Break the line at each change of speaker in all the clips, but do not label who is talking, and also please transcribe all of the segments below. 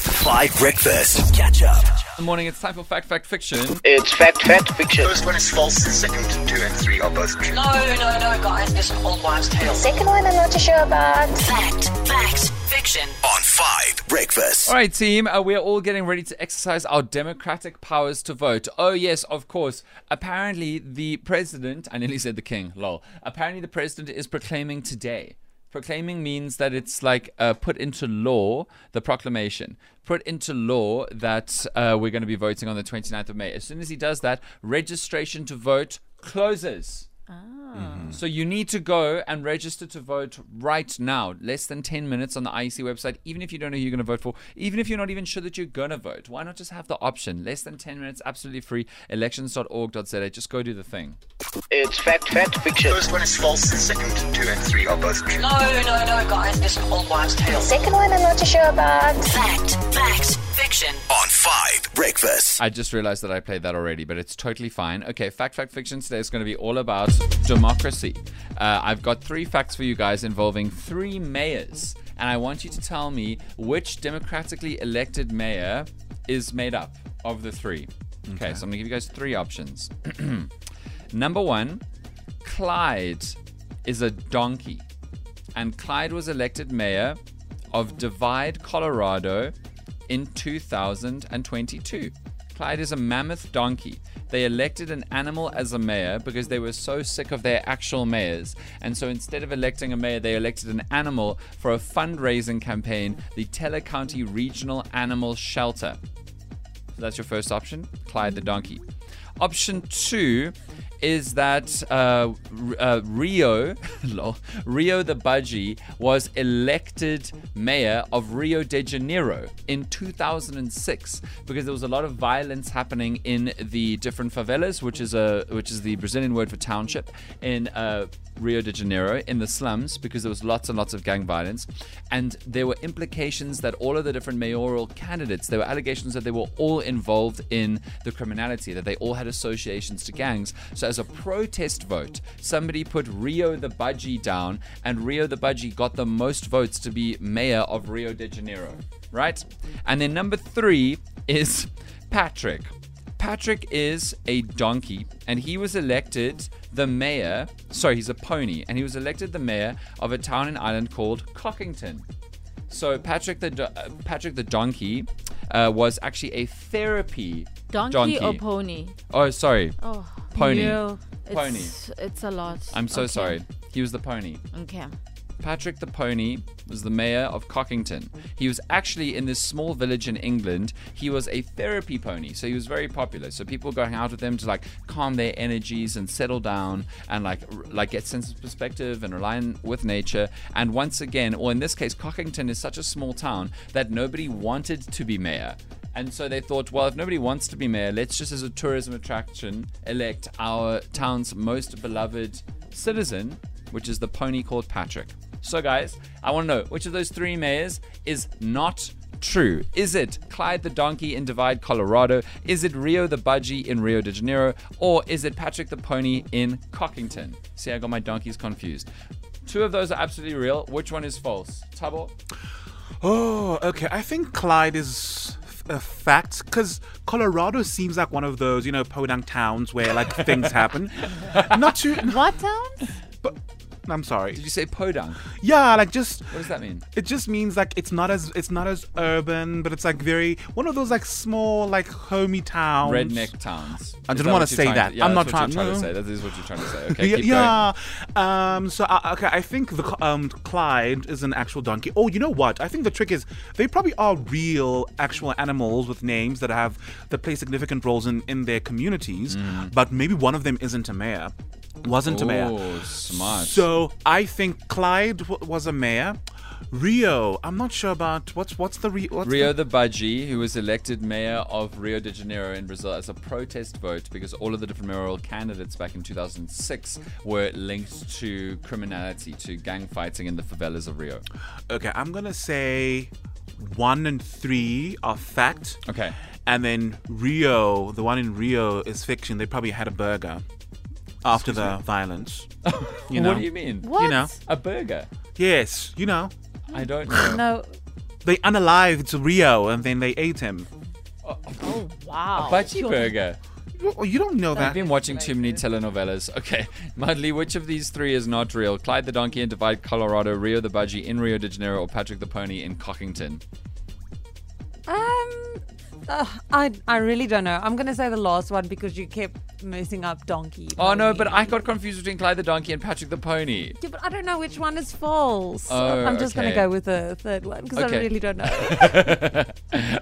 Five Breakfast. Catch up.
Good morning. It's time for fact, fact, fiction.
It's fact, fact, fiction.
First one is false, second two and three are both true.
No, no, no, guys. It's an old wives' tale.
Second one, I'm not too sure about.
Fact, facts, fiction.
On Five Breakfast.
All right, team. Uh, we're all getting ready to exercise our democratic powers to vote. Oh yes, of course. Apparently, the president. I nearly said the king. Lol. Apparently, the president is proclaiming today. Proclaiming means that it's like uh, put into law the proclamation, put into law that uh, we're going to be voting on the 29th of May. As soon as he does that, registration to vote closes. So you need to go and register to vote right now. Less than 10 minutes on the IEC website, even if you don't know who you're going to vote for, even if you're not even sure that you're going to vote. Why not just have the option? Less than 10 minutes, absolutely free. Elections.org.za. Just go do the thing.
It's fact, fact, fiction.
First one is false, second two and three are both true.
No, no, no, guys. It's an old wives' tale.
Second one, I'm not too sure about.
Fact, facts, fiction.
On Five Breakfast.
I just realized that I played that already, but it's totally fine. Okay, fact, fact, fiction today is going to be all about democracy. Uh, I've got three facts for you guys involving three mayors, and I want you to tell me which democratically elected mayor is made up of the three. Okay, so I'm going to give you guys three options. Number one, Clyde is a donkey, and Clyde was elected mayor of Divide, Colorado in 2022. Clyde is a mammoth donkey. They elected an animal as a mayor because they were so sick of their actual mayors. And so instead of electing a mayor, they elected an animal for a fundraising campaign, the Teller County Regional Animal Shelter. So that's your first option, Clyde the donkey. Option two is that uh, R- uh, Rio, lol, Rio the Budgie was elected mayor of Rio de Janeiro in 2006 because there was a lot of violence happening in the different favelas, which is a which is the Brazilian word for township in uh, Rio de Janeiro in the slums because there was lots and lots of gang violence, and there were implications that all of the different mayoral candidates there were allegations that they were all involved in the criminality that they all had associations to gangs. So as a protest vote, somebody put Rio the Budgie down, and Rio the Budgie got the most votes to be mayor of Rio de Janeiro, right? And then number three is Patrick. Patrick is a donkey, and he was elected the mayor. Sorry, he's a pony, and he was elected the mayor of a town in Ireland called Cockington. So Patrick the do- uh, Patrick the donkey uh, was actually a therapy
Donkey, or pony?
Oh, sorry,
Oh,
Pony.
no.
Pony.
It's, it's a lot.
I'm so
Okay.
sorry. He was the pony.
Okay.
Patrick the Pony was the mayor of Cockington. He was actually in this small village in England. He was a therapy pony, so he was very popular. So people were going out with him to like calm their energies and settle down and like r- like get sense of perspective and rely on, with nature. And once again, or in this case, Cockington is such a small town that nobody wanted to be mayor. And so they thought, well, if nobody wants to be mayor, let's just, as a tourism attraction, elect our town's most beloved citizen, which is the pony called Patrick. So, guys, I want to know which of those three mayors is not true? Is it Clyde the Donkey in Divide, Colorado? Is it Rio the Budgie in Rio de Janeiro? Or is it Patrick the Pony in Cockington? See, I got my donkeys confused. Two of those are absolutely real. Which one is false? Tabo?
Oh, okay. I think Clyde is f- a fact because Colorado seems like one of those, you know, podunk towns where like things happen. Not too.
What towns?
But, I'm sorry.
Did you say Podunk?
Yeah, like just.
What does that mean?
It just means like it's not as it's not as urban, but it's like very one of those like small like homey towns.
Redneck towns.
I
Is
didn't
that
wanna
what you're
say
trying
that.
yeah,
I'm
that's
not
what you're
trying-
trying to say.
no.
That is what you're trying to say. Okay, keep going.
yeah. Um. So uh, okay, I think the cl- um Clyde is an actual donkey. Oh, you know what? I think the trick is they probably are real actual animals with names that have that play significant roles in in their communities.
Hmm.
But maybe one of them isn't a mayor. Wasn't a mayor.
Oh, smart.
So I think Clyde w- was a mayor. Rio, I'm not sure about what's what's the re- what's
Rio the Budgie, who was elected mayor of Rio de Janeiro in Brazil as a protest vote because all of the different mayoral candidates back in 2006 were linked to criminality, to gang fighting in the favelas of Rio.
Okay, I'm gonna say one and three are fact.
Okay.
And then Rio, the one in Rio is fiction. They probably had a burger after the violence. You know?
What do you mean?
What?
know.
A burger?
Yes, you know.
I don't know.
No.
They unalived Rio and then they ate him.
Oh, wow.
Butchie burger.
You you don't know
I've
that.
been watching too many telenovelas. Okay, Mudley, which of these three is not real? Clyde the Donkey in Divide, Colorado, Rio the Budgie in Rio de Janeiro, or Patrick the Pony in Cockington?
Um, uh, I I really don't know. I'm gonna say the last one because you kept messing up donkey.
Oh no,
pony.
but I got confused between Clyde the Donkey and Patrick the Pony.
Yeah, but I don't know which one is false.
Oh,
I'm just
okay.
gonna go with the third one because
Okay.
I really don't know.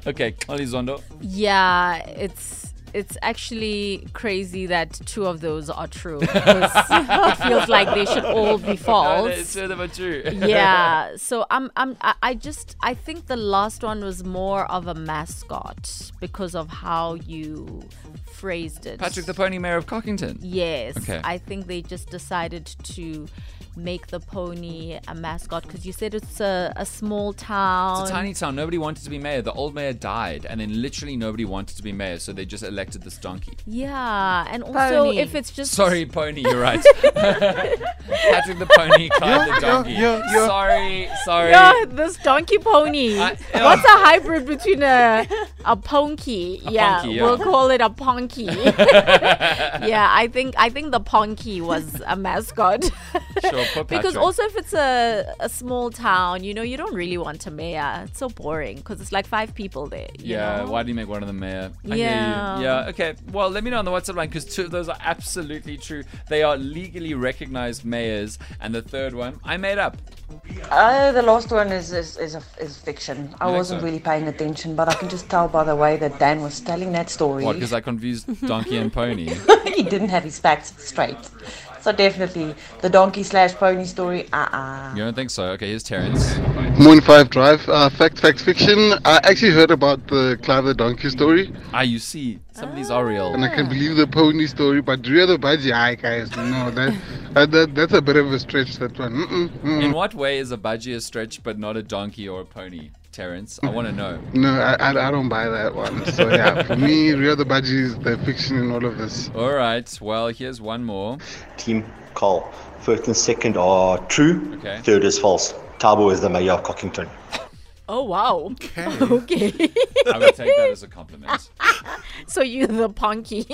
Okay, Elizondo.
Yeah, it's it's actually crazy that two of those are true. Because it feels like they should all be
Oh,
false.
it's sort of a true.
yeah. So I'm I'm I I just I think the last one was more of a mascot because of how you phrased it.
Patrick the Pony, Mayor of Cockington.
Yes.
Okay.
I think they just decided to make the pony a mascot because you said it's a, a small town.
It's a tiny town. Nobody wanted to be mayor. The old mayor died, and then literally nobody wanted to be mayor, so they just elected this donkey.
yeah. And also
Pony.
if it's just
Sorry, pony. You're right. Patrick the pony, Clyde the donkey.
yeah, yeah.
Sorry, sorry.
Yeah, this donkey pony.
I-
What's a hybrid between a a ponky? yeah,
ponky, yeah.
we'll call it a ponky. yeah, I think I think the ponky was a mascot.
Sure, put
because
Patrick.
also if it's a, a small town, you know, you don't really want a mayor. It's so boring because it's like five people there. you
Yeah,
know?
why do you make one of them mayor? I hear you.
Yeah.
Yeah, okay. Well, let me know on the WhatsApp line because two of those are absolutely true. They are legally recognized mayors, and the third one I made up.
Uh, the last one is is is, a, is fiction. I
think
wasn't
so?
really paying attention, but I can just tell by the way that Dan was telling that story.
What? Because I confused donkey and pony.
he didn't have his facts straight. So definitely the donkey slash pony story. Uh uh
You don't think so? Okay, here's Terrence.
Moon 5 Drive, uh, fact, fact, fiction. I actually heard about the Clive the Donkey story,
Ah, you see, some of these are real.
and I can believe the pony story, but Rio the Budgie, aye, guys, no, that, that, that that's a bit of a stretch, that one. Mm-mm,
In
mm-mm.
what way is a budgie a stretch but not a donkey or a pony, Terrence? I want to know.
No, I, I, I don't buy that one. So, yeah, for me, Rio the Budgie is the fiction in all of this.
All right. Well, here's one more.
Team call. First and second are true.
Okay.
Third is false. Tabo is the mayor of Cockington.
Oh wow. Okay.
I would take that as a compliment.
so you're the ponky.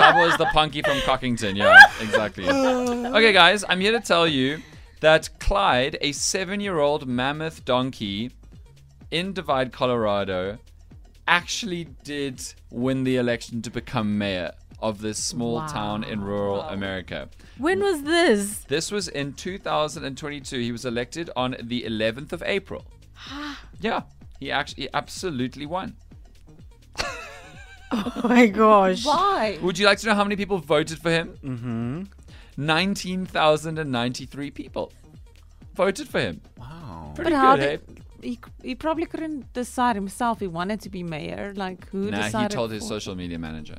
Tabo is the punky from Cockington. Yeah, exactly. Okay, guys, I'm here to tell you that Clyde, a seven-year-old mammoth donkey in Divide, Colorado, actually did win the election to become mayor of this small town in rural America.
when was this?
This was in 2022. He was elected on the 11th of April. yeah, he actually he absolutely won.
oh my gosh.
Why?
Would you like to know how many people voted for him? Mm-hmm. 19,093 people voted for him. Wow. Pretty
But how
good, eh?
did he, he probably couldn't decide himself. He wanted to be mayor. Like who
eh? Nah,
decided?
he told his
for-
social media manager,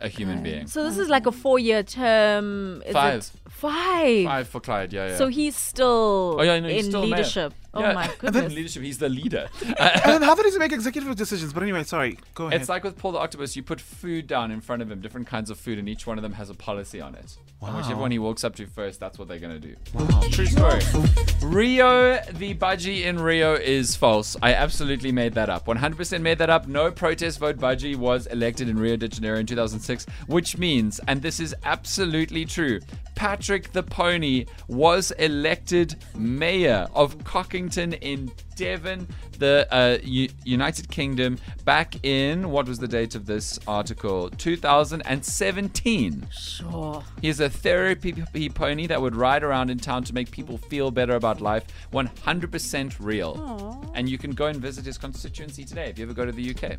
a human being.
So this is like a four-year term. Is
Five.
It five.
Five for Clyde, yeah, yeah.
So he's still
Oh, yeah, no, he's
in
still mayor.
leadership. Oh
Yeah.
my
In
goodness.
leadership, he's the leader.
And then how did he make executive decisions? But anyway, sorry. Go ahead.
It's like with Paul the Octopus, you put food down in front of him, different kinds of food, and each one of them has a policy on it. And whichever one he walks up to first, that's what they're going to do. True story. Rio, the budgie in Rio is false. I absolutely made that up. 100% made that up. No protest vote budgie was elected in Rio de Janeiro in 2006, which means, and this is absolutely true, Patrick the Pony was elected mayor of Cockington in Devon, the uh, U- United Kingdom, back in, what was the date of this article? 2017.
Sure.
He's a therapy p- pony that would ride around in town to make people feel better about life. 100% real. And you can go and visit his constituency today if you ever go to the UK.